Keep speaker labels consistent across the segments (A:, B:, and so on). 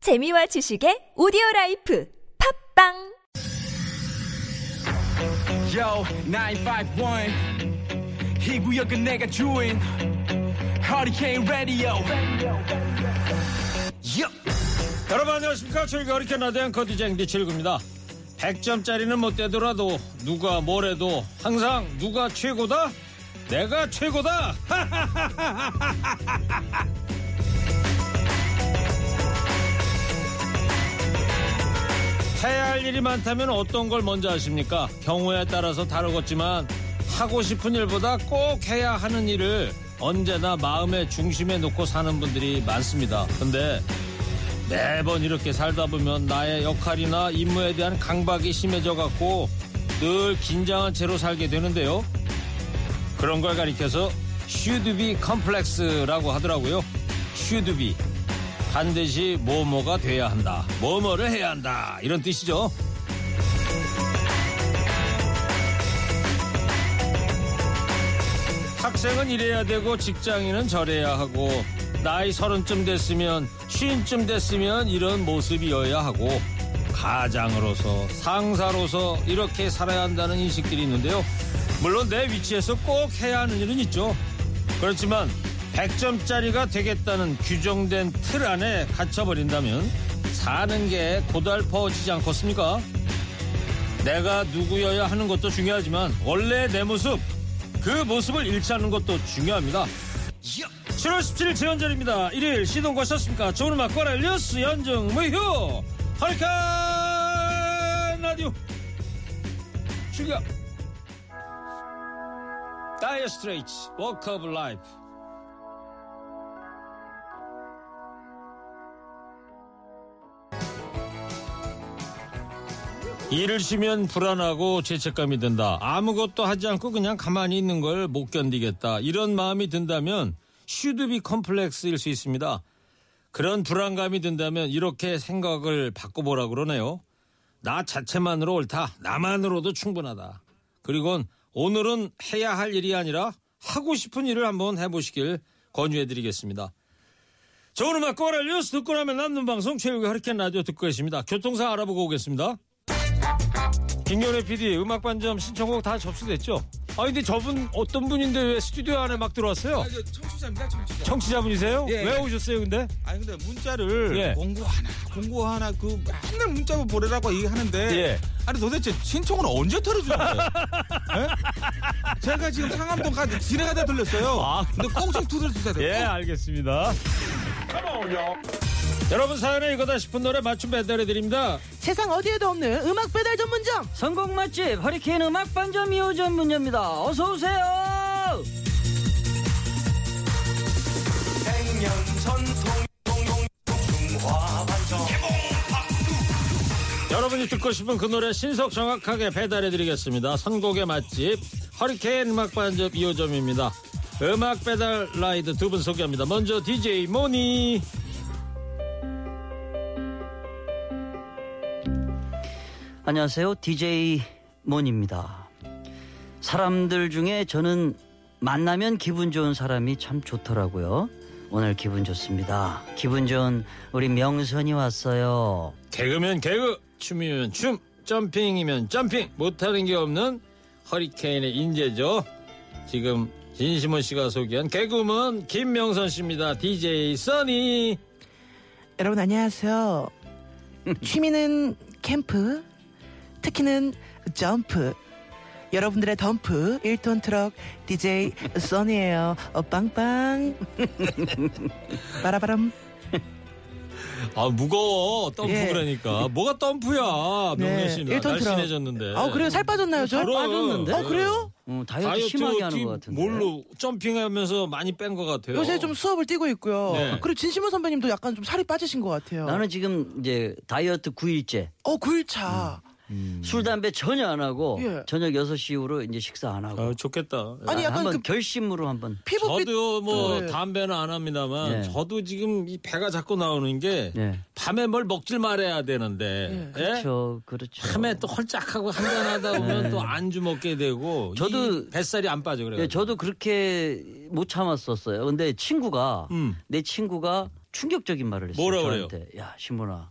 A: 재미와 지식의 오디오 라이프 팝빵
B: Yo, 951. 이 구역은 내가 주인. Hurricane Radio.
C: 여러분 안녕하십니까 저희가 어리켄 라디오 앵커 디자인디 칠구입니다 100점짜리는 못 되더라도 누가 뭐래도 항상 누가 최고다? 내가 최고다! 해야 할 일이 많다면 어떤 걸 먼저 하십니까? 경우에 따라서 다르겠지만 하고 싶은 일보다 꼭 해야 하는 일을 언제나 마음의 중심에 놓고 사는 분들이 많습니다. 근데 매번 이렇게 살다 보면 나의 역할이나 임무에 대한 강박이 심해져 갖고 늘 긴장한 채로 살게 되는데요. 그런 걸 가리켜서 슈드비 컴플렉스라고 하더라고요. 슈드비. 반드시 뭐뭐가 돼야 한다. 뭐뭐를 해야 한다. 이런 뜻이죠. 학생은 이래야 되고 직장인은 저래야 하고 나이 서른쯤 됐으면 쉰쯤 됐으면 이런 모습이어야 하고 가장으로서 상사로서 이렇게 살아야 한다는 인식들이 있는데요. 물론 내 위치에서 꼭 해야 하는 일은 있죠. 그렇지만 100점짜리가 되겠다는 규정된 틀 안에 갇혀버린다면 사는 게 고달퍼지지 않겠습니까? 내가 누구여야 하는 것도 중요하지만 원래 내 모습 그 모습을 잃지 않는 것도 중요합니다. 7월 17일 재연절입니다. 1일 시동 거셨습니까? 좋은 음악 꺼라 뉴스 연중 무휴 허리케인 라디오 출격 다이어 스트레이츠 워크 오브 라이프 일을 쉬면 불안하고 죄책감이 든다. 아무것도 하지 않고 그냥 가만히 있는 걸 못 견디겠다. 이런 마음이 든다면 슈드비 컴플렉스일 수 있습니다. 그런 불안감이 든다면 이렇게 생각을 바꿔보라 그러네요. 나 자체만으로 옳다. 나만으로도 충분하다. 그리곤 오늘은 해야 할 일이 아니라 하고 싶은 일을 한번 해보시길 권유해드리겠습니다. 좋은 음악 꼬라 뉴스 듣고 나면 남는 방송 최고의 허리케인 라디오 듣고 계십니다. 교통사 알아보고 오겠습니다. 김경래 PD 음악 반점 신청곡 다 접수됐죠? 아 근데 저분 어떤 분인데 왜 스튜디오 안에 막 들어왔어요?
D: 아, 저 청취자입니다, 청취자.
C: 청취자분이세요?
D: 예.
C: 왜 오셨어요 근데?
D: 아니 근데 문자를
C: 예.
D: 공고 하나, 공고 하나 그 맨날 문자로 보내라고 얘기하는데
C: 예.
D: 아니 도대체 신청은 언제 털어주는 거예요? 예? 제가 지금 상암동까지 지뢰가다 들렸어요.
C: 아.
D: 근데 꼭 좀 두드려 주셔야 돼요. 꼭.
C: 예, 알겠습니다 여러분 사연에 이거다 싶은 노래 맞춤 배달해드립니다
E: 세상 어디에도 없는 음악 배달 전문점
F: 성공 맛집 허리케인 음악 반점 2호 전문입니다. 어서 오세요.
C: 여러분이 듣고 싶은 그 노래 신속 정확하게 배달해드리겠습니다 선곡의 맛집 허리케인 음악 반점 2호점입니다 음악 배달 라이드 두 분 소개합니다 먼저 DJ 모니
F: 안녕하세요. DJ 몬입니다. 사람들 중에 저는 만나면 기분 좋은 사람이 참 좋더라고요. 오늘 기분 좋습니다. 기분 좋은 우리 명선이 왔어요.
C: 개그면 개그, 춤이면 춤, 점핑이면 점핑. 못하는 게 없는 허리케인의 인재죠. 지금 진심원 씨가 소개한 개그맨 김명선 씨입니다. DJ 써니.
E: 여러분 안녕하세요 취미는 캠프 특히는 점프 여러분들의 덤프 1톤 트럭 DJ 써니에요 어, 빵빵 빠라바람
C: 아 무거워 덤프라니까. 그러니까. 뭐가 덤프야 명선 씨는
E: 네, 일톤 트럭.
C: 날씬해졌는데.
E: 아 그래요 살 빠졌나요 저?
C: 그럼.
E: 아 그래요?
F: 어, 다이어트,
C: 다이어트
F: 심하게 하는
C: 팀
F: 것 같은데.
C: 뭘로 점핑하면서 많이 뺀 것 같아요.
E: 요새 좀 수업을 뛰고 있고요
C: 네.
E: 그리고 진심원 선배님도 약간 좀 살이 빠지신 것 같아요
F: 나는 지금 이제 다이어트 9일째.
E: 어 9일차
C: 음.
F: 술 담배 전혀 안 하고
E: 예.
F: 저녁 6시 이후로 이제 식사 안 하고
C: 아, 좋겠다.
F: 난
E: 아니, 약간
F: 한번
E: 그-
F: 결심으로 한번
E: 피부빛
C: 저도 뭐
E: 네.
C: 담배는 안 합니다만
F: 예.
C: 저도 지금 이 배가 자꾸 나오는 게
F: 예.
C: 밤에 뭘 먹질 말아야 되는데 예?
F: 그렇죠 그렇죠
C: 밤에 또 헐짝하고 한잔하다 보면 또 안주 먹게 되고
F: 저도-
C: 이 뱃살이 안 빠져 그래요.
F: 예, 저도 그렇게 못 참았었어요 근데 친구가
C: 음.
F: 내 친구가 충격적인 말을 했어요.
C: 뭐라 그래요?
F: 저한테. 야, 신문아.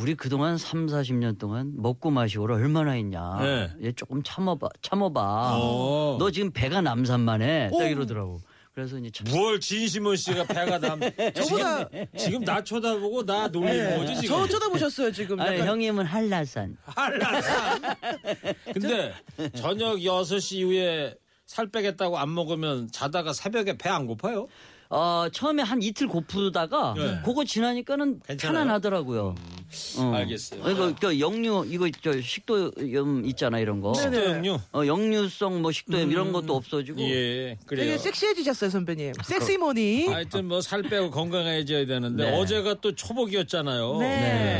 F: 우리 그동안 3, 40년 동안 먹고 마시고를 얼마나 했냐.
C: 네.
F: 얘 조금 참아봐. 참아봐.
C: 어.
F: 너 지금 배가 남산만 해. 딱 이러더라고. 그래서 이제 참-
C: 뭘 진심원 씨가 배가 남
E: 저보다-
C: 지금, 지금 나 쳐다보고 나 놀리는 거지 지금
E: 저 쳐다보셨어요 지금.
F: 아니,
E: 약간.
F: 형님은 한라산.
C: 근데 저녁 6시 이후에 살 빼겠다고 안 먹으면 자다가 새벽에 배 안 고파요?
F: 어, 처음에 한 이틀 고프다가
C: 네.
F: 그거 지나니까는
C: 괜찮아요? 음,
F: 편안하더라고요. 어.
C: 알겠어요.
F: 이거 그 역류 이거 저 식도염 있잖아 이런 거.
E: 네,
C: 식도염류?
F: 어, 역류성 뭐 식도염 이런 것도 없어지고
C: 음. 예,
E: 되게
C: 그래요.
E: 섹시해지셨어요 선배님.
F: 아,
E: 섹시머니.
C: 하여튼 뭐 살 빼고 건강해져야 되는데
F: 네.
C: 어제가 또 초복이었잖아요.
E: 네.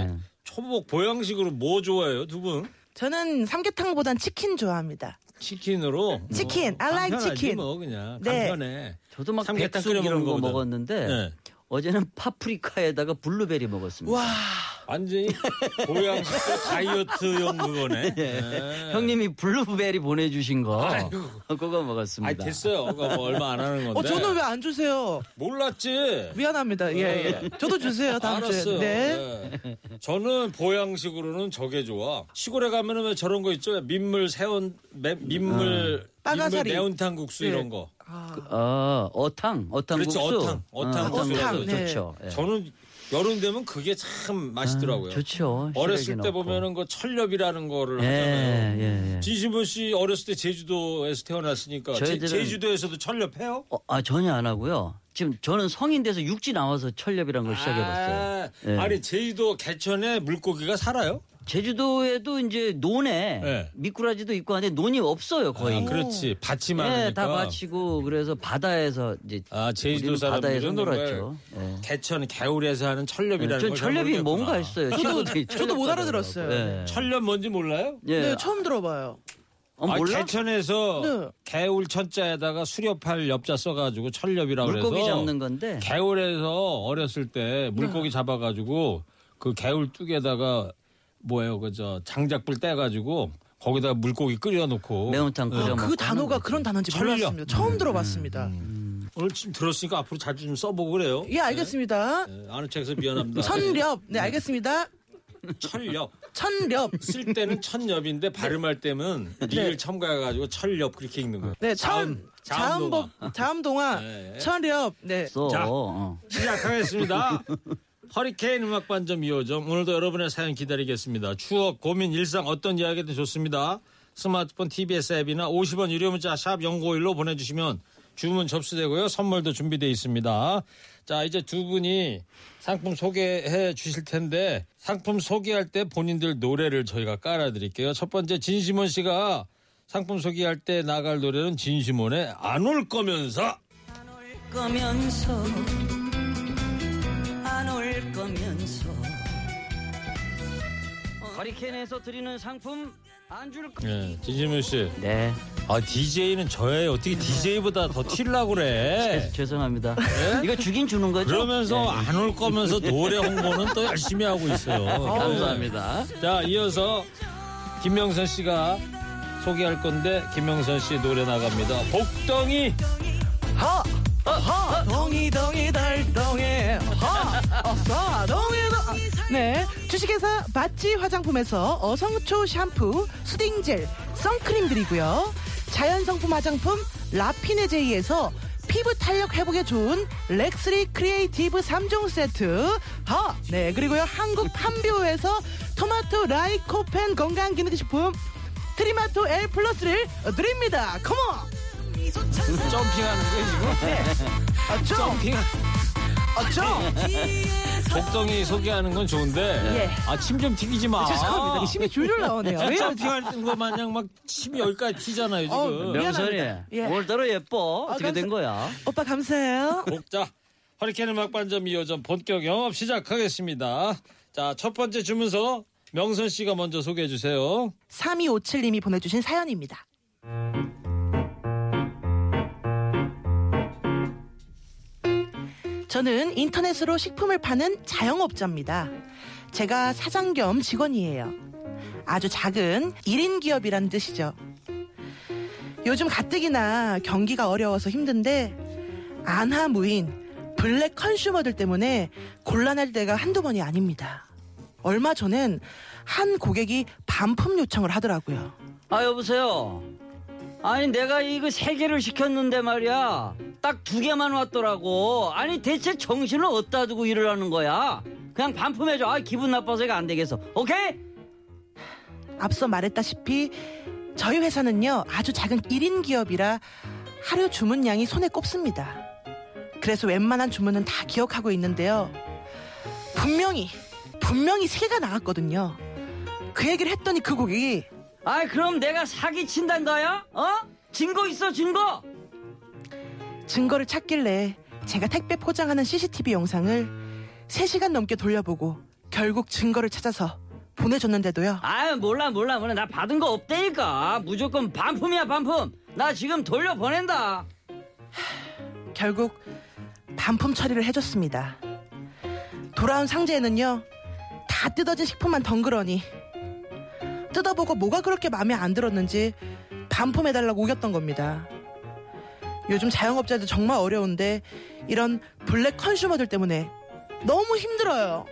F: 네.
C: 초복 보양식으로 뭐 좋아해요, 두 분?
E: 저는 삼계탕보단 치킨 좋아합니다.
C: 치킨으로.
E: 치킨.
C: 뭐
E: I like
C: 간편하지
E: 치킨.
C: 뭐 그냥
E: 네.
C: 간편해.
F: 저도 막
C: 삼계탕
F: 백숙
C: 끓여
F: 이런
C: 먹는
F: 거
C: 거보다.
F: 먹었는데
C: 네.
F: 어제는 파프리카에다가 블루베리 먹었습니다.
E: 와.
C: 완전히 보양식 다이어트용 그거네. 네.
F: 형님이 블루베리 보내주신 거 그거
C: 아이
F: 먹었습니다.
C: 됐어요. 그거 뭐 얼마 안 하는
E: 어
C: 건데.
E: 저는 왜 안 주세요?
C: 몰랐지.
E: 미안합니다. 예 예. 저도 주세요 다음 주에.
C: 알았어요.
E: 네.
C: 네. 저는 보양식으로는 저게 좋아. 시골에 가면은 왜 저런 거 있죠? 민물 새운 매-
F: 음.
C: 민물 민물
E: 빠가사리.
C: 매운탕 국수
E: 네.
C: 이런 거. 그,
F: 어, 어탕, 어탕
C: 그렇지,
F: 국수.
C: 그렇죠, 어탕, 어탕
F: 어,
C: 국수.
F: 국수
E: 네.
F: 좋죠. 예.
C: 저는 여름 되면 그게 참 맛있더라고요.
F: 아, 좋죠.
C: 어렸을
F: 시래기
C: 때
F: 넣고.
C: 보면은 그 철렵이라는 거를
F: 예,
C: 하잖아요.
F: 예, 예.
C: 진심원 씨 어렸을 때 제주도에서 태어났으니까 제-
F: 저희들은-
C: 제주도에서도 철렵해요?
F: 어, 아 전혀 안 하고요. 지금 저는 성인 돼서 육지 나와서 철렵이란 걸 네, 시작해봤어요.
C: 아,
F: 예.
C: 아니 제주도 개천에 물고기가 살아요?
F: 제주도에도 이제 논에
C: 네.
F: 미꾸라지도 있고 한데 논이 없어요 거의.
C: 아, 그렇지. 밭이 많으니까.
F: 예, 다 바치고 그래서 바다에서 이제
C: 아, 제주도
F: 우리는 바다에서
C: 사람들은
F: 놀았죠. 예.
C: 정말 개천 개울에서 하는 철렵이라는
F: 전
C: 걸
F: 철렵이
C: 잘 모르겠구나.
F: 뭔가
C: 아,
F: 했어요. 친구들이
E: 저도 못
F: 철렵
E: 알아들었어요.
F: 하더라고요. 예.
C: 철렵 뭔지 몰라요?
F: 예.
E: 네 처음 들어봐요.
F: 어,
C: 아,
F: 몰라?
C: 개천에서
E: 네.
C: 개울 천자에다가 수렵할 엽자 써가지고 철렵이라고 그래서
F: 물고기 잡는 건데. 네.
C: 개울에서 어렸을 때 물고기 잡아가지고 그 개울 뚝에다가 뭐예요 그 저 장작불 떼가지고 거기다 물고기 끓여놓고
F: 매운탕 끓여 먹고
E: 그 단어가 그런 단어인지
C: 전략.
E: 몰랐습니다. 처음 들어봤습니다.
C: 오늘 지금 들었으니까 앞으로 자주 좀 써보고 그래요.
E: 예 알겠습니다.
C: 네, 아는 척해서 미안합니다.
E: 천렵. 네 알겠습니다.
C: 철렵.
E: 천렵.
C: 쓸 때는 천엽인데 발음할 때는 리를 첨가해가지고 철엽 그렇게 읽는 거예요.
E: 네, 천
C: 자음,
E: 자음법 자음 동화
C: 예, 예.
E: 천렵 네
F: 써.
C: 자.
F: 어.
C: 시작하겠습니다. 허리케인 음악 반점 2호점 오늘도 여러분의 사연 기다리겠습니다. 추억, 고민, 일상 어떤 이야기든 좋습니다. 스마트폰 TBS 앱이나 50원 유료 문자 샵 0951로 보내주시면 주문 접수되고요. 선물도 준비되어 있습니다. 자 이제 두 분이 상품 소개해 주실 텐데 상품 소개할 때 본인들 노래를 저희가 깔아드릴게요. 첫 번째 진심원 씨가 상품 소개할 때 나갈 노래는 진심원의 안 올 거면서
G: 거면서 안 올 거면서
F: 허리케인에서 드리는 상품 안 줄 거.
C: 예, 진심훈 씨.
F: 네.
C: 아, DJ는 저예요. 어떻게 DJ보다 더 튈라고 그래.
F: 죄송합니다. 이거 주긴 주는 거죠?
C: 네.
F: 예,
C: 그러면서 아, 안 올 거면서 노래 홍보는 또 열심히 하고 있어요.
F: 감사합니다.
C: 네. 자, 이어서 김명선 씨가 소개할 건데 김명선 씨 노래 나갑니다. 복덩이.
E: 동이 동이 달동에 어서 동이 동네 주식회사 바찌 화장품에서 어성초 샴푸 수딩젤 선크림 드리고요 자연 성품 화장품 라피네 제이에서 피부 탄력 회복에 좋은 렉스리 크리에이티브 3종 세트 하! 네 그리고요 한국 판비오에서 토마토 라이코펜 건강기능식품 트리마토 L 플러스를 드립니다 컴온
G: 미소천사
C: 점핑하는 거예요, 지금?
E: 어쩜
C: 아, 점핑.
E: 어쩜
G: 뒤에서
C: 복덩이 소개하는 건 좋은데. 아, 침 좀 튀기지 마. 아,
E: 죄송합니다. 힘이 줄줄 나오네요. 왜요?
C: 점핑할 거 마냥 막 침이 여기까지 튀잖아요, 지금.
E: 어, 네.
F: 명선이
E: 미안합니다. 예.
F: 오늘따라 예뻐. 어떻게
E: 감사-
F: 된 거야?
E: 오빠 감사해요.
C: 자, 허리케인 음악 반점 2호점 본격 영업 시작하겠습니다. 자, 첫 번째 주문서 명선 씨가 먼저 소개해 주세요.
E: 3257님이 보내주신 사연입니다. 저는 인터넷으로 식품을 파는 자영업자입니다. 제가 사장 겸 직원이에요. 아주 작은 1인 기업이라는 뜻이죠. 요즘 가뜩이나 경기가 어려워서 힘든데 안하무인 블랙 컨슈머들 때문에 곤란할 때가 한두 번이 아닙니다. 얼마 전엔 한 고객이 반품 요청을 하더라고요.
F: 아 여보세요. 아니 내가 이거 세 개를 시켰는데 말이야. 딱 두 개만 왔더라고. 아니 대체 정신을 어디다 두고 일을 하는 거야? 그냥 반품해줘. 아 기분 나빠서 이거 안 되겠어. 오케이?
E: 앞서 말했다시피 저희 회사는요 아주 작은 1인 기업이라 하루 주문량이 손에 꼽습니다. 그래서 웬만한 주문은 다 기억하고 있는데요. 분명히 분명히 세가 나갔거든요. 그 얘기를 했더니 그 고객이
F: 아 그럼 내가 사기 친단 거야? 어? 증거 있어 증거?
E: 증거를 찾길래 제가 택배 포장하는 CCTV 영상을 3시간 넘게 돌려보고 결국 증거를 찾아서 보내줬는데도요.
F: 아 몰라 몰라 몰라 나 받은 거 없다니까 무조건 반품이야 반품 나 지금 돌려보낸다
E: 결국 반품 처리를 해줬습니다. 돌아온 상자에는요 다 뜯어진 식품만 덩그러니 뜯어보고 뭐가 그렇게 마음에 안 들었는지 반품해달라고 우겼던 겁니다. 요즘 자영업자들 정말 어려운데 이런 블랙 컨슈머들 때문에 너무 힘들어요.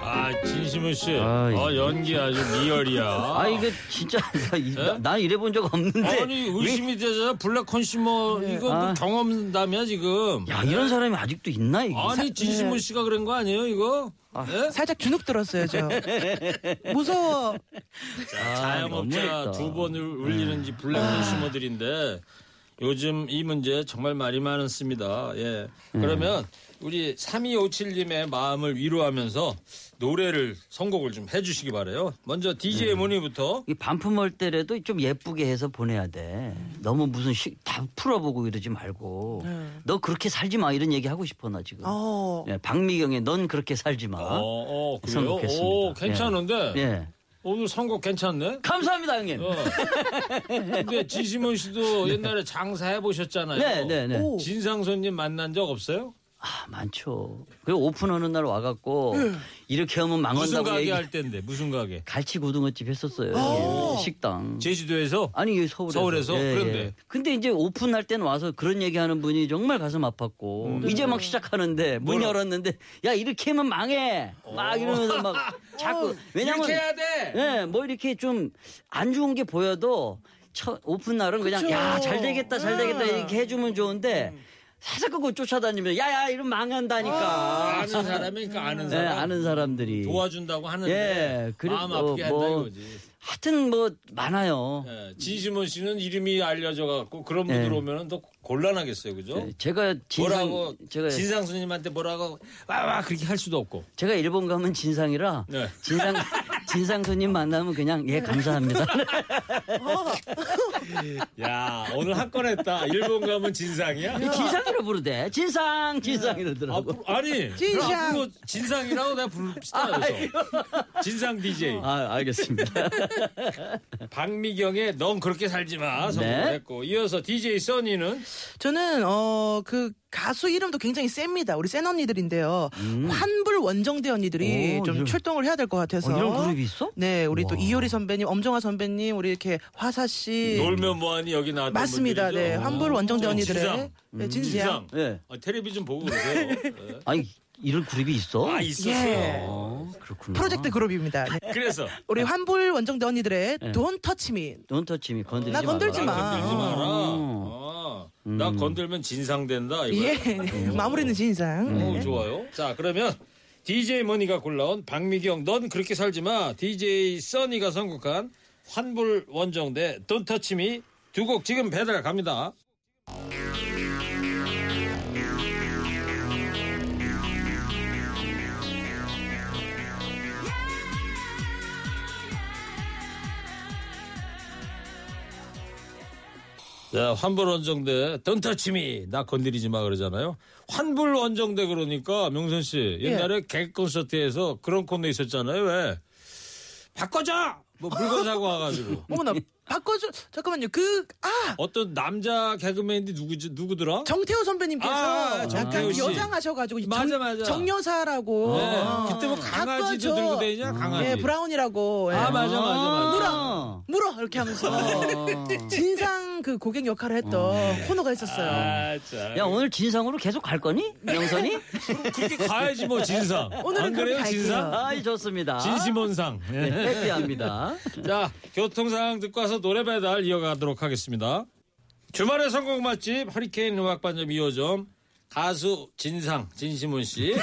C: 아 진심우 씨,
F: 아,
C: 아 연기 아주 리얼이야.
F: 아, 이거 진짜 나, 이- 나- 난 이래본 적 없는데
C: 네? 아니 의심이 되잖아 블랙 컨슈머 이거 뭐
F: 아.
C: 경험담이야 지금.
F: 야 이런 사람이 아직도 있나 이게
C: 네. 아니 진심우
E: 네.
C: 씨가 그런 거 아니에요 이거? 예?
E: 살짝 주눅 들었어요 저. 무서워.
F: 아,
C: 자영업자
F: 너무했다. 네. 아.
C: 두 번을 울리는지 블랙 컨슈머들인데 요즘 이 문제 정말 말이 많습니다. 예.
F: 음.
C: 그러면 우리 3257님의 마음을 위로하면서 노래를 선곡을 좀 해주시기 바래요. 먼저
F: 네.
C: DJ 모니부터
F: 이 반품할 때라도 좀 예쁘게 해서 보내야 돼 너무 무슨 시, 다 풀어보고 이러지 말고
C: 네.
F: 너 그렇게 살지 마 이런 얘기 하고 싶어 나 지금
E: 어.
F: 예, 박미경의 넌 그렇게 살지 마
C: 어, 어, 그래요?
F: 선곡했습니다.
C: 오, 괜찮은데
F: 예.
C: 오늘 선곡 괜찮네.
F: 감사합니다 형님
C: 어. 근데 지시몬 씨도 옛날에 장사해 보셨잖아요.
F: 네 네, 네.
E: 오.
C: 진상 손님 만난 적 없어요?
F: 아, 많죠. 그 오픈하는 날 와갖고 이렇게 하면
C: 네. 무슨
F: 망한다고
C: 가게
F: 얘기.
C: 할 때인데 무슨 가게?
F: 갈치 고등어집 했었어요. 예, 식당.
C: 제주도에서
F: 아니 이게 서울에서. 예,
C: 서울에서? 그런데.
F: 근데 이제 오픈할 때는 와서 그런 얘기하는 분이 정말 가슴 아팠고
C: 음. 네.
F: 이제 막 시작하는데 문 열었는데 야 이렇게 하면 망해 막 이러면서 막 자꾸 왜냐면
C: 어. 이렇게 해야 돼.
F: 예, 뭐 이렇게 좀 안 좋은 게 보여도 첫 오픈 날은 그냥
E: 그쵸.
F: 야 잘 되겠다 잘 되겠다
E: 예.
F: 이렇게 해주면 좋은데
C: 음.
F: 사자 끄고 쫓아다니면 야야 이러면 망한다니까.
C: 아는 사람이니까 그러니까 아는
F: 예,
C: 사람.
F: 아는 사람들이.
C: 도와준다고 하는데
F: 예, 그리고
C: 마음 아프게
F: 뭐-
C: 한다 이거지.
F: 하여튼 뭐 많아요.
C: 예, 진심원 씨는 이름이 알려져 갖고 그런
F: 예.
C: 분들 오면은 더 곤란하겠어요, 그죠?
F: 예, 제가 진상
C: 뭐라고
F: 제가
C: 진상 스님한테 뭐라고 와와 그렇게 할 수도 없고.
F: 제가 일본 가면 진상이라
C: 네.
F: 진상 진상 손님 만나면 그냥 예 감사합니다.
C: 야 오늘 한 건 했다. 일본 가면 진상이야.
F: 진상이라 부르대. 진상 진상 이러더라고.
C: 앞으로, 아니
E: 진상.
C: 그럼 앞으로 진상이라고 내가 부릅시다 그래서 진상 DJ
F: 아 알겠습니다.
C: 박미경의 넌 그렇게 살지 마 선곡했고 이어서 DJ 써니는
E: 저는 어 그 가수 이름도 굉장히 셉니다. 우리 센 언니들인데요. 환불 원정대 언니들이
F: 음. 오,
E: 좀
F: 이런-
E: 출동을 해야 될 것 같아서.
F: 어, 이런 그룹이 있어?
E: 네, 우리 또 이효리 선배님, 엄정화 선배님, 우리 이렇게 화사 씨.
C: 놀면 뭐하니 여기 나왔던
E: 맞습니다.
C: 분들이죠.
E: 네, 환불 원정대
C: 어,
E: 언니들의
C: 진상
E: 네, 진상.
C: 진상
F: 예.
C: 아, 텔레비 좀 보고 그러세요 예.
F: 아니 이런 그룹이 있어?
C: 아 있었어요
E: 예.
F: 어, 그렇구나.
E: 프로젝트 그룹입니다. 네.
C: 그래서
E: 우리 환불 원정대 언니들의
F: 네.
E: 돈 터치미.
F: 돈터치미 건드리지
E: 나
F: 마.
E: 건들지
C: 나
E: 마. 음.
C: 아, 건들지 마라
F: 어.
C: 어. 나 건들면 진상된다 이거야
E: 예.
C: 네.
E: 마무리는 진상. 네.
C: 오, 좋아요. 자, 그러면 DJ 머니가 골라온 박미경 넌 그렇게 살지 마. DJ 써니가 선곡한 환불 원정대 돈 터치미 두 곡 지금 배달 갑니다. 자, 환불 원정대 돈 터치미 나 건드리지 마 그러잖아요. 환불 원정대 그러니까 명선 씨 옛날에
E: 예.
C: 개그 콘서트에서 그런 코너 있었잖아요. 왜 바꿔줘 뭐 물건 사고 와가지고
E: 어머나, 바꿔줘. 잠깐만요. 그, 아!
C: 어떤 남자 개그맨이 누구지 누구더라?
E: 정태호 선배님께서
C: 아, 정태호
E: 약간
C: 씨.
E: 여장하셔가지고 정-
C: 맞아, 맞아.
E: 정여사라고
C: 네. 그때 뭐 강아지도
E: 바꿔줘.
C: 들고 다니냐 강아지.
E: 예, 브라운이라고. 예.
F: 어.
C: 아 맞아 맞아 맞아. 어.
E: 물어 이렇게 하면서 진상 상담 그 고객 역할을
C: 네.
E: 했던 코너가 있었어요.
C: 아.
F: 야 오늘 진상으로 계속 갈 거니? 명선이?
C: 그렇게 가야지 뭐 진상.
E: 오늘은
C: 안 그래요
E: 그렇게
C: 진상?
E: 갈게요.
F: 아이 좋습니다.
C: 진심원상.
F: 네,
C: 예.
F: 해피합니다.
C: 자 교통상 듣고 와서 노래 배달 이어가도록 하겠습니다. 주말의 성공 맛집 허리케인 음악반점 2호점 가수 진상 진심원 씨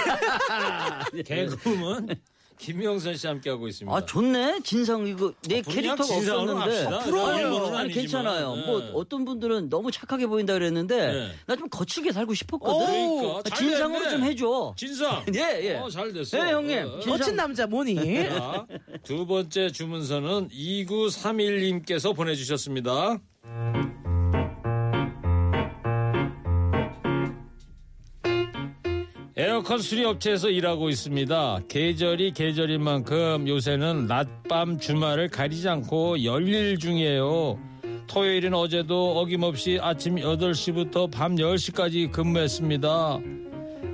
C: 개그우먼 김명선 씨 함께 하고 있습니다.
F: 예.
C: 아,
F: 아 좋네 진상 이거 내
C: 분량
F: 캐릭터가
C: 진상으로
F: 없었는데
C: 합시다. 부러워요. 일본은
F: 아니
C: 아니지만.
F: 괜찮아요
C: 네.
F: 뭐 어떤 분들은 너무 착하게 보인다 그랬는데
C: 네.
F: 나 좀 거칠게 살고 싶었거든
C: 그러니까 잘
F: 진상으로
C: 됐네.
F: 좀 해줘
C: 진상.
F: 예예
C: 어, 잘 됐어.
F: 네 형님
C: 어.
F: 진상.
E: 멋진 남자 뭐니?
C: 자, 두 번째 주문서는 2931님께서 보내주셨습니다. 에어컨 수리업체에서 일하고 있습니다. 계절이 계절인 만큼 요새는 낮밤 주말을 가리지 않고 열일 중이에요. 토요일인 어제도 어김없이 아침 8시부터 밤 10시까지 근무했습니다.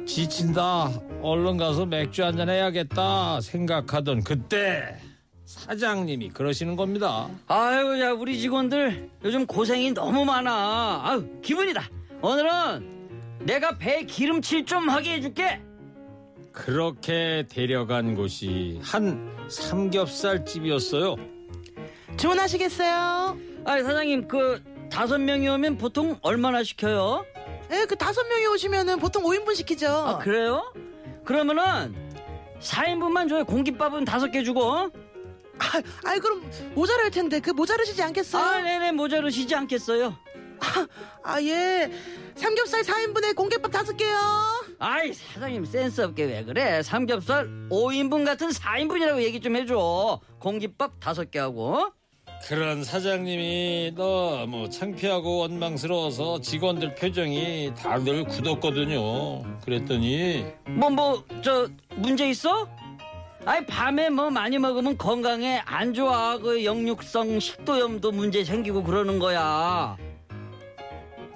C: 지친다. 얼른 가서 맥주 한잔 해야겠다 생각하던 그때 사장님이 그러시는 겁니다.
F: 아유 야 우리 직원들 요즘 고생이 너무 많아 아유 기분이다 오늘은 내가 배 기름칠 좀 하게 해줄게
C: 그렇게 데려간 곳이 한 삼겹살 집이었어요.
E: 주문하시겠어요?
F: 아니 사장님 그 다섯 명이 오면 보통 얼마나 시켜요?
E: 예, 그 다섯 명이 오시면은 보통 5인분 시키죠.
F: 아 그래요? 그러면은 4인분만 줘요 공깃밥은 다섯 개 주고
E: 아, 아이, 그럼 모자랄 텐데 그 모자르시지 않겠어요?
F: 아 네네 모자르시지 않겠어요
E: 아, 예. 삼겹살 4인분에 공깃밥 다섯 개요.
F: 아이 사장님 센스 없게 왜 그래 삼겹살 5인분 같은 4인분이라고 얘기 좀 해줘 공깃밥 다섯 개 하고
C: 그런 사장님이 너무 뭐 창피하고 원망스러워서 직원들 표정이 다들 굳었거든요. 그랬더니
F: 뭐 뭐 저 문제 있어? 아이 밤에 뭐 많이 먹으면 건강에 안 좋아 그 역류성 식도염도 문제 생기고 그러는 거야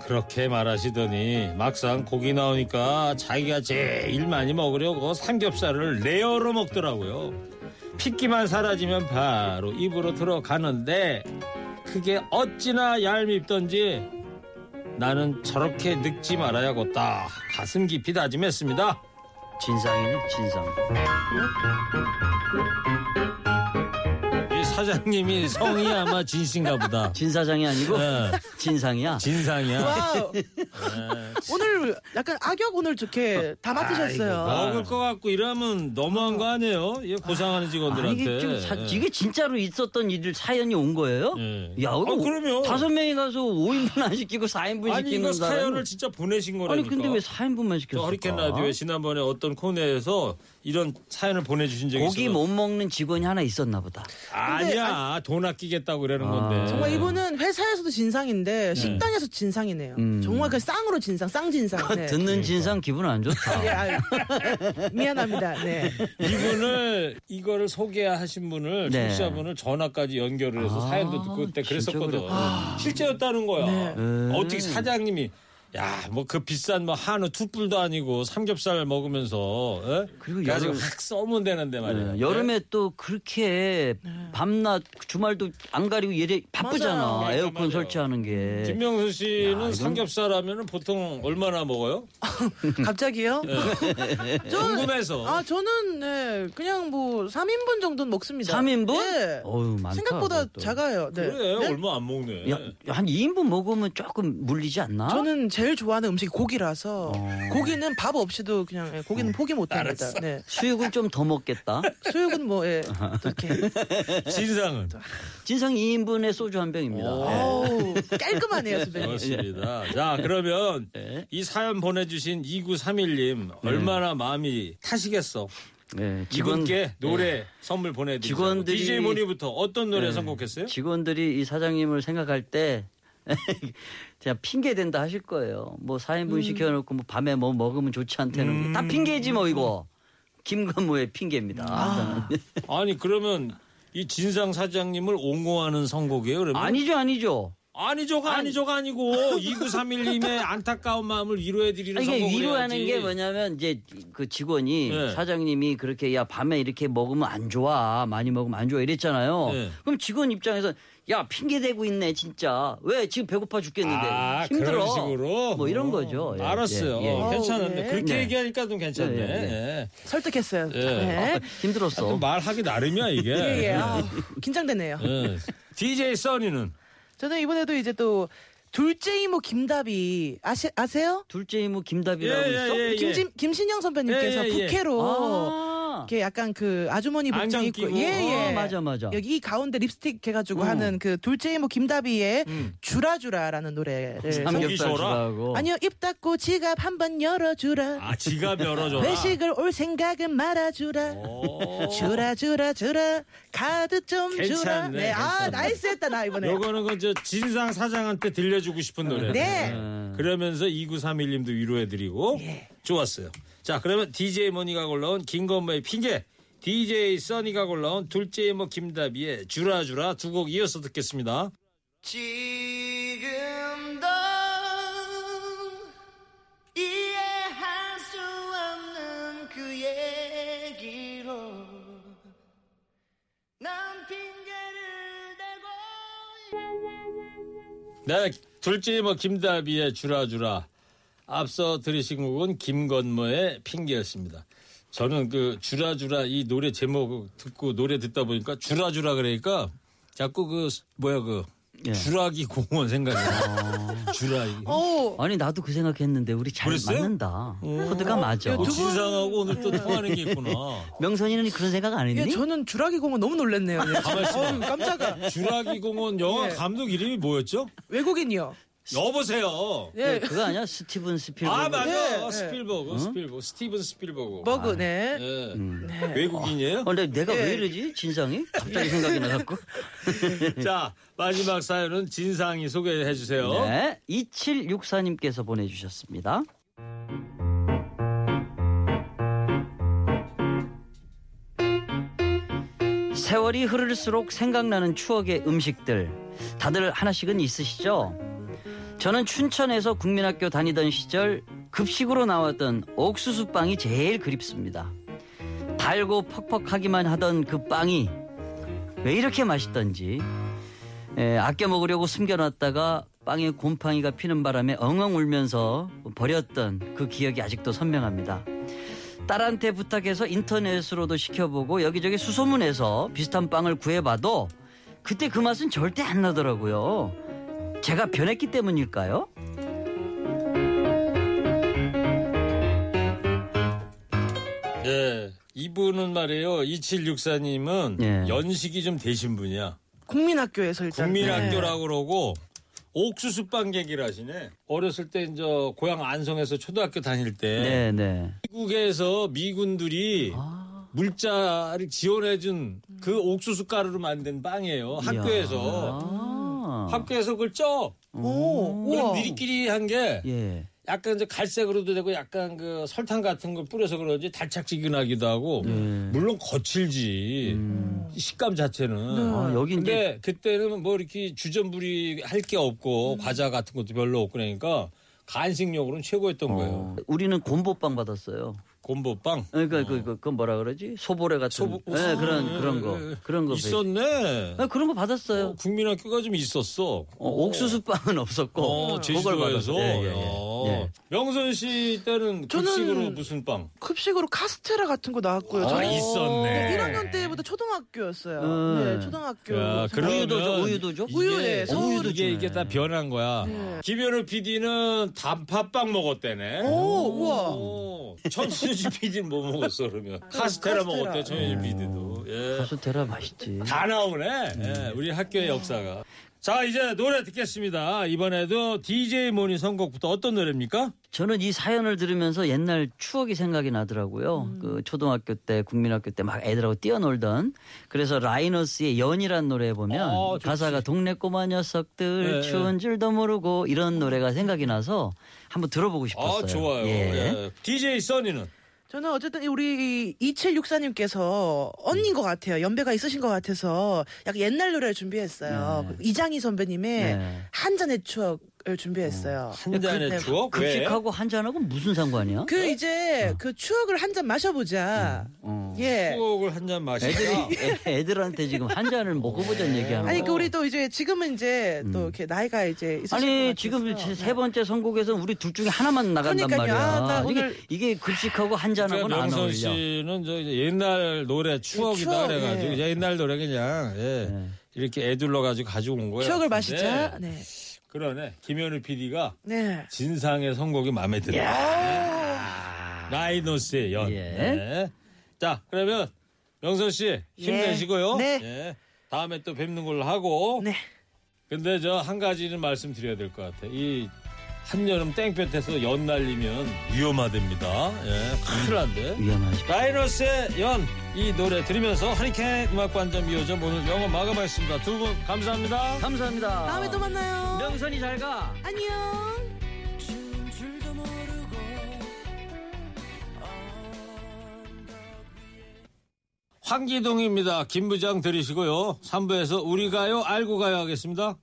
C: 그렇게 말하시더니 막상 고기 나오니까 자기가 제일 많이 먹으려고 삼겹살을 레어로 먹더라고요. 핏기만 사라지면 바로 입으로 들어가는데 그게 어찌나 얄밉던지 나는 저렇게 늙지 말아야겠다 가슴 깊이 다짐했습니다.
F: 진상이네 진상
C: 이 사장님이 성이 아마 진신가 보다.
F: 진 사장이 아니고
C: 예,
F: 진상이야
C: 진상이야.
E: 와우.
F: 네.
E: 오늘 약간 악역 오늘 좋게 다 맡으셨어요.
F: 뭐.
C: 먹을 것 같고 이러면 너무한 거 아니에요? 이거 고상하는
F: 아니,
C: 직원들한테.
F: 이게, 지금 사-
C: 예.
F: 이게 진짜로 있었던 일들 사연이 온 거예요?
C: 예.
F: 야,
C: 아, 그럼요.
F: 다섯 명이 가서 5인분 안 시키고 4인분
C: 아니
F: 시키는
C: 이거
F: 사람.
C: 사연을 진짜 보내신 거라니까.
F: 아니 근데 왜 4인분만
C: 저
F: 시켰을까?
C: 허리케인 라디오에 지난번에 어떤 코너에서 이런 사연을 보내주신 적이
F: 고기 뭐-
C: 있어요.
F: 못 먹는 직원이 하나 있었나 보다.
C: 아니야 돈 아끼겠다고 그러는 건데.
E: 정말 이분은 회사에서도 진상인데
F: 네.
E: 식당에서 진상이네요.
F: 음.
E: 정말 그 쌍으로 진상, 쌍진상. 네.
F: 듣는
C: 그러니까.
F: 진상 기분 안 좋다.
C: 네.
E: 예, 아유. 미안합니다. 네.
C: 이분을 이거를 소개하신 분을
F: 네.
C: 청취자분을 전화까지 연결을 해서
F: 아,
C: 사연도 듣고 그때
F: 진짜
C: 그랬었거든.
F: 그랬구나.
C: 실제였다는 거야.
F: 네.
C: 어떻게 사장님이 야 뭐 그 비싼 뭐 한우 투뿔도 아니고 삼겹살 먹으면서 예?
F: 그리고
C: 그래가지고
F: 여름-
C: 확 써면 되는데 말이야.
F: 예, 여름에 또 그렇게 밤낮 주말도 안 가리고 일에 바쁘잖아.
C: 맞아요.
F: 에어컨
C: 맞아요.
F: 설치하는 게.
C: 김명수 씨는
F: 네. 이건-
C: 삼겹살 하면은 보통 얼마나 먹어요?
E: 갑자기요?
F: 네.
E: 저는-
C: 궁금해서.
E: 아, 저는 네, 그냥 뭐 3인분 정도는 먹습니다.
F: 3인분?
E: 네.
F: 어우, 많다,
E: 생각보다
F: 그것도.
E: 작아요. 네.
C: 그래
E: 네?
C: 얼마 안 먹네.
F: 야, 한 2인분 먹으면 조금 물리지 않나?
E: 저는 제일 좋아하는 음식이 고기라서
F: 어.
E: 고기는 밥 없이도 그냥 예, 고기는 포기 못합니다. 네.
F: 수육은 좀 더 먹겠다.
E: 수육은 뭐 예, 이렇게
C: 진상은
F: 진상 2인분에 소주 한 병입니다.
E: 어우, 깔끔하네요, 선배님.
C: 그렇습니다. 자 그러면
F: 네.
C: 이 사연 보내주신 2931님 얼마나 마음이 타시겠어?
F: 네,
C: 이분께
F: 네.
C: 노래 선물 보내드리죠.
F: 직원들이-
C: DJ 모니부터 어떤 노래
F: 네.
C: 선곡했어요?
F: 직원들이 이 사장님을 생각할 때 그냥 핑계 댄다 하실 거예요. 뭐 4인분 시켜놓고 뭐 밤에 뭐 먹으면 좋지 않다는 게 다 핑계지 뭐 이거. 김건모의 핑계입니다. 아.
C: 아니 그러면 이 진상 사장님을 옹호하는 선곡이에요? 그러면
F: 니죠 아니죠.
C: 아니죠가 아니죠가 아니고 2931님의 안타까운 마음을 위로해드리는
F: 이게
C: 성공을
F: 위로하는
C: 해야지.
F: 게 뭐냐면 이제 그 직원이
C: 예.
F: 사장님이 그렇게 야 밤에 이렇게 먹으면 안 좋아 많이 먹으면 안 좋아 이랬잖아요.
C: 예.
F: 그럼 직원 입장에서 야 핑계 대고 있네 진짜 왜 지금 배고파 죽겠는데
C: 아,
F: 힘들어
C: 그런 식으로
F: 뭐 이런 거죠. 예,
C: 알았어요.
F: 예, 예.
E: 어,
C: 괜찮은데
E: 네.
C: 그렇게
F: 네.
C: 얘기하니까 좀 괜찮네.
F: 예, 예,
C: 예.
E: 설득했어요.
C: 예.
E: 네.
F: 아, 힘들었어.
C: 또 말하기 나름이야 이게.
E: 예, 예. 아우, 긴장되네요.
C: 예. DJ 어. 써니는
E: 저는 이번에도 이제 또 둘째 이모 뭐 김답이 아시, 아세요?
F: 둘째 이모
C: 예,
F: 김답이라고
C: 예,
F: 있어. 어.
C: 예.
E: 김진, 김신영 선배님께서
C: 예, 예, 예.
E: 부캐로
F: 아.
E: 이렇게 약간 그 아주머니 복장
C: 안경
E: 입고
C: 끼고.
E: 예예
F: 아, 맞아, 맞아.
E: 여기 이 가운데 립스틱 해가지고
F: 음.
E: 하는 그 둘째 이모 김다비의 주라주라라는 노래를 선-
C: 고기 줘라?
F: 예, 삼겹살하고
E: 아니요 입 닫고 지갑 한번 열어주라
C: 아 지갑 열어줘라. 어,
E: 외식을 올 생각은 말아주라 주라주라 주라 카드 좀 주라
C: 괜찮네,
E: 네, 아
C: 괜찮네.
E: 나이스했다 나 이번에
C: 요거는 그저 진상 사장한테 들려주고 싶은 노래.
E: 네.
F: 예.
C: 그러면서 2931님도 위로해드리고
E: 예.
C: 좋았어요. 자 그러면 DJ 모니가 골라온 김건모의 핑계, DJ 써니가 골라온 둘째 뭐 김다비의 주라주라 두 곡 이어서 듣겠습니다.
G: 지금도 이해할 수 없는 그 얘기로 난 핑계를 대고
C: 네, 둘째 뭐 김다비의 주라주라. 앞서 들으신 곡은 김건모의 핑계였습니다. 저는 그 주라주라 이 노래 제목 듣고 노래 듣다 보니까 주라주라 그러니까 자꾸 그 뭐야 그
F: 예. 아. 어,
C: 주라기 공원 생각이 나. 주라기.
E: 오
F: 아니 나도 그 생각했는데 우리 잘
C: 그랬어요?
F: 맞는다. 코드가 맞아.
C: 어, 진상하고 오늘 또 통하는 게 있구나.
F: 명선이는 그런 생각 안
E: 예,
F: 했니?
E: 저는 주라기 공원 너무 놀랐네요 예.
C: 가만 있어봐.
E: 어우, 깜짝아
C: 주라기 공원 영화
E: 예.
C: 감독 이름이 뭐였죠?
E: 외국인이요
C: 여보세요.
E: 예
F: 그거 아니야 스티븐 스필버그.
C: 아 맞아
E: 예, 예.
C: 스필버그 스필버그 스티븐 스필버그
E: 버그 네
C: 예. 외국인이에요?
F: 음. 어, 근데 내가
E: 예.
F: 왜 이러지? 진상이? 갑자기 생각이 나갖고. 음.
C: 자 마지막 사연은 진상이 소개해 주세요.
F: 네. 2764님께서 보내주셨습니다. 세월이 흐를수록 생각나는 추억의 음식들. 다들 하나씩은 있으시죠? 저는 춘천에서 국민학교 다니던 시절 급식으로 나왔던 옥수수빵이 제일 그립습니다. 달고 퍽퍽하기만 하던 그 빵이 왜 이렇게 맛있던지 예, 아껴 먹으려고 숨겨놨다가 빵에 곰팡이가 피는 바람에 엉엉 울면서 버렸던 그 기억이 아직도 선명합니다. 딸한테 부탁해서 인터넷으로도 시켜보고 여기저기 수소문해서 비슷한 빵을 구해봐도 그때 그 맛은 절대 안 나더라고요. 제가 변했기 때문일까요?
C: 예. 이분은 말이에요. 2764님은
F: 예.
C: 연식이 좀 되신 분이야.
E: 국민학교에서 일단
C: 국민학교라고 그러고 옥수수 빵객이라 하시네. 어렸을 때 이제 고향 안성에서 초등학교 다닐 때
F: 네, 네.
C: 미국에서 미군들이
F: 아.
C: 물자를 지원해준 그 옥수수 가루로 만든 빵이에요. 학교에서.
F: 아.
C: 학교에서 그걸 쪄.
E: 네. 오
C: 그럼
E: 우와
C: 미리끼리 한 게
F: 예.
C: 약간 이제 갈색으로도 되고 약간 그 설탕 같은 걸 뿌려서 그런지 달짝지근하기도 하고
F: 예. 음.
C: 물론 거칠지 식감 자체는
F: 아, 여기 음. 이제
C: 근데 그때는 뭐 이렇게 주전부리 할 게 없고
F: 음.
C: 과자 같은 것도 별로 없고 그러니까 간식용으로는 최고였던
F: 어,
C: 거예요.
F: 우리는 곰보빵 받았어요.
C: 곰보빵.
F: 그러니까 그, 그, 그 뭐라 그러지? 소보레 같은
C: 어. 소보-
F: 예, 그런
C: 예,
F: 그런
C: 예, 예.
F: 거 그런 거
C: 있었네.
F: 아, 그런 거 받았어요.
C: 어, 국민학교가 좀 있었어.
F: 어, 옥수수 빵은 없었고
C: 어,
F: 그걸 받았어요.
C: 제주도에서.
F: 예, 예, 예.
C: 야.
F: 예.
C: 명선 씨 때는
E: 저는-
C: 급식으로 무슨 빵?
E: 네. 급식으로 카스테라 같은 거 나왔고요.
C: 아,
E: 저는
C: 있었네.
E: 1학년 때부터 초등학교였어요.
F: 음.
E: 네, 초등학교.
C: 야, 그럼-
F: 우유도 줘,
C: 그러면
F: 우유도 줘.
E: 우유, 예,
C: 이게-
E: 서울
C: 이게
F: 중에.
C: 이게 다 변한 거야. 김현우 PD는 단팥빵 먹었대네.
E: 네. 오, 우와.
C: 오. 천수지 PD는 뭐 먹었어 그러면? 카스테라,
E: 카스테라.
C: 먹었대
F: 음.
C: 천수지 PD도. 예.
F: 카스테라 맛있지.
C: 다 나오네.
F: 음.
C: 예, 우리 학교의 역사가. 자 이제 노래 듣겠습니다. 이번에도 DJ 모니 선곡부터 어떤 노래입니까?
F: 저는 이 사연을 들으면서 옛날 추억이 생각이 나더라고요. 그 초등학교 때, 국민학교 때 막 애들하고 뛰어놀던. 그래서 라이너스의 연이란 노래에 보면
C: 어, 좋지.
F: 가사가 동네 꼬마 녀석들
C: 예, 예.
F: 추운 줄도 모르고 이런 노래가 생각이 나서 한번 들어보고 싶었어요.
C: 아 좋아요.
F: 아, 예.
C: 예. DJ 써니는
E: 저는 어쨌든 이 우리 2764님께서 언니인 것 같아요. 연배가 있으신 것 같아서 약간 옛날 노래를 준비했어요.
F: 네.
E: 그 이장희 선배님의
F: 네.
E: 한 잔의 추억을 준비했어요.
C: 한 잔의
E: 그때
C: 추억? 왜?
F: 급식하고 한잔하고 무슨 상관이야?
C: 어?
E: 그 이제 그 추억을 한 잔 마셔보자.
F: 어.
E: 예.
C: 추억을 한 잔 마시자.
F: 애들이 예, 애- 애들한테 지금 한 잔을 먹어보자는 얘기하는
E: 아니
F: 거야.
E: 그 우리 또 이제 지금은 이제 또 이렇게 나이가 이제
F: 음.
E: 있으신
F: 아니
E: 것
F: 지금
E: 같아서.
F: 제- 세 번째 선곡에서 우리 둘 중에 하나만 나간단
E: 그러니까요.
F: 말이야.
E: 아, 나
F: 이게,
E: 오늘-
F: 이게 급식하고 한잔하고 는안
C: 명선
F: 어울려.
C: 씨는 저 이제 옛날 노래 추억이다
E: 그 추억,
C: 그래가지고
E: 예.
C: 옛날 노래 그냥 예. 이렇게 애둘러 가지고 가지고 온 거예요.
E: 네. 추억을
C: 근데
E: 마시자. 네.
C: 그러네. 김현우 PD가
E: 네.
C: 진상의 선곡이 마음에 들어요. 아. 라이노스의 연.
F: 예.
C: 네. 자, 그러면 명선 씨 힘내시고요.
E: 네.
C: 예. 다음에 또 뵙는 걸로 하고.
E: 네.
C: 근데 저 한 가지는 말씀드려야 될 것 같아. 이 한여름 땡볕에서 연 날리면 위험하답니다. 예. 큰일 난데.
F: 위험하지.
C: 라이너스의 연, 이 노래 들으면서 허리케인 음악관점 이어점 오늘 영어 마감하겠습니다. 두 분 감사합니다.
F: 감사합니다.
E: 다음에 또 만나요.
F: 명선이 잘 가.
E: 안녕.
C: 황기동입니다. 김 부장 들으시고요. 3부에서 우리 가요, 알고 가요 하겠습니다.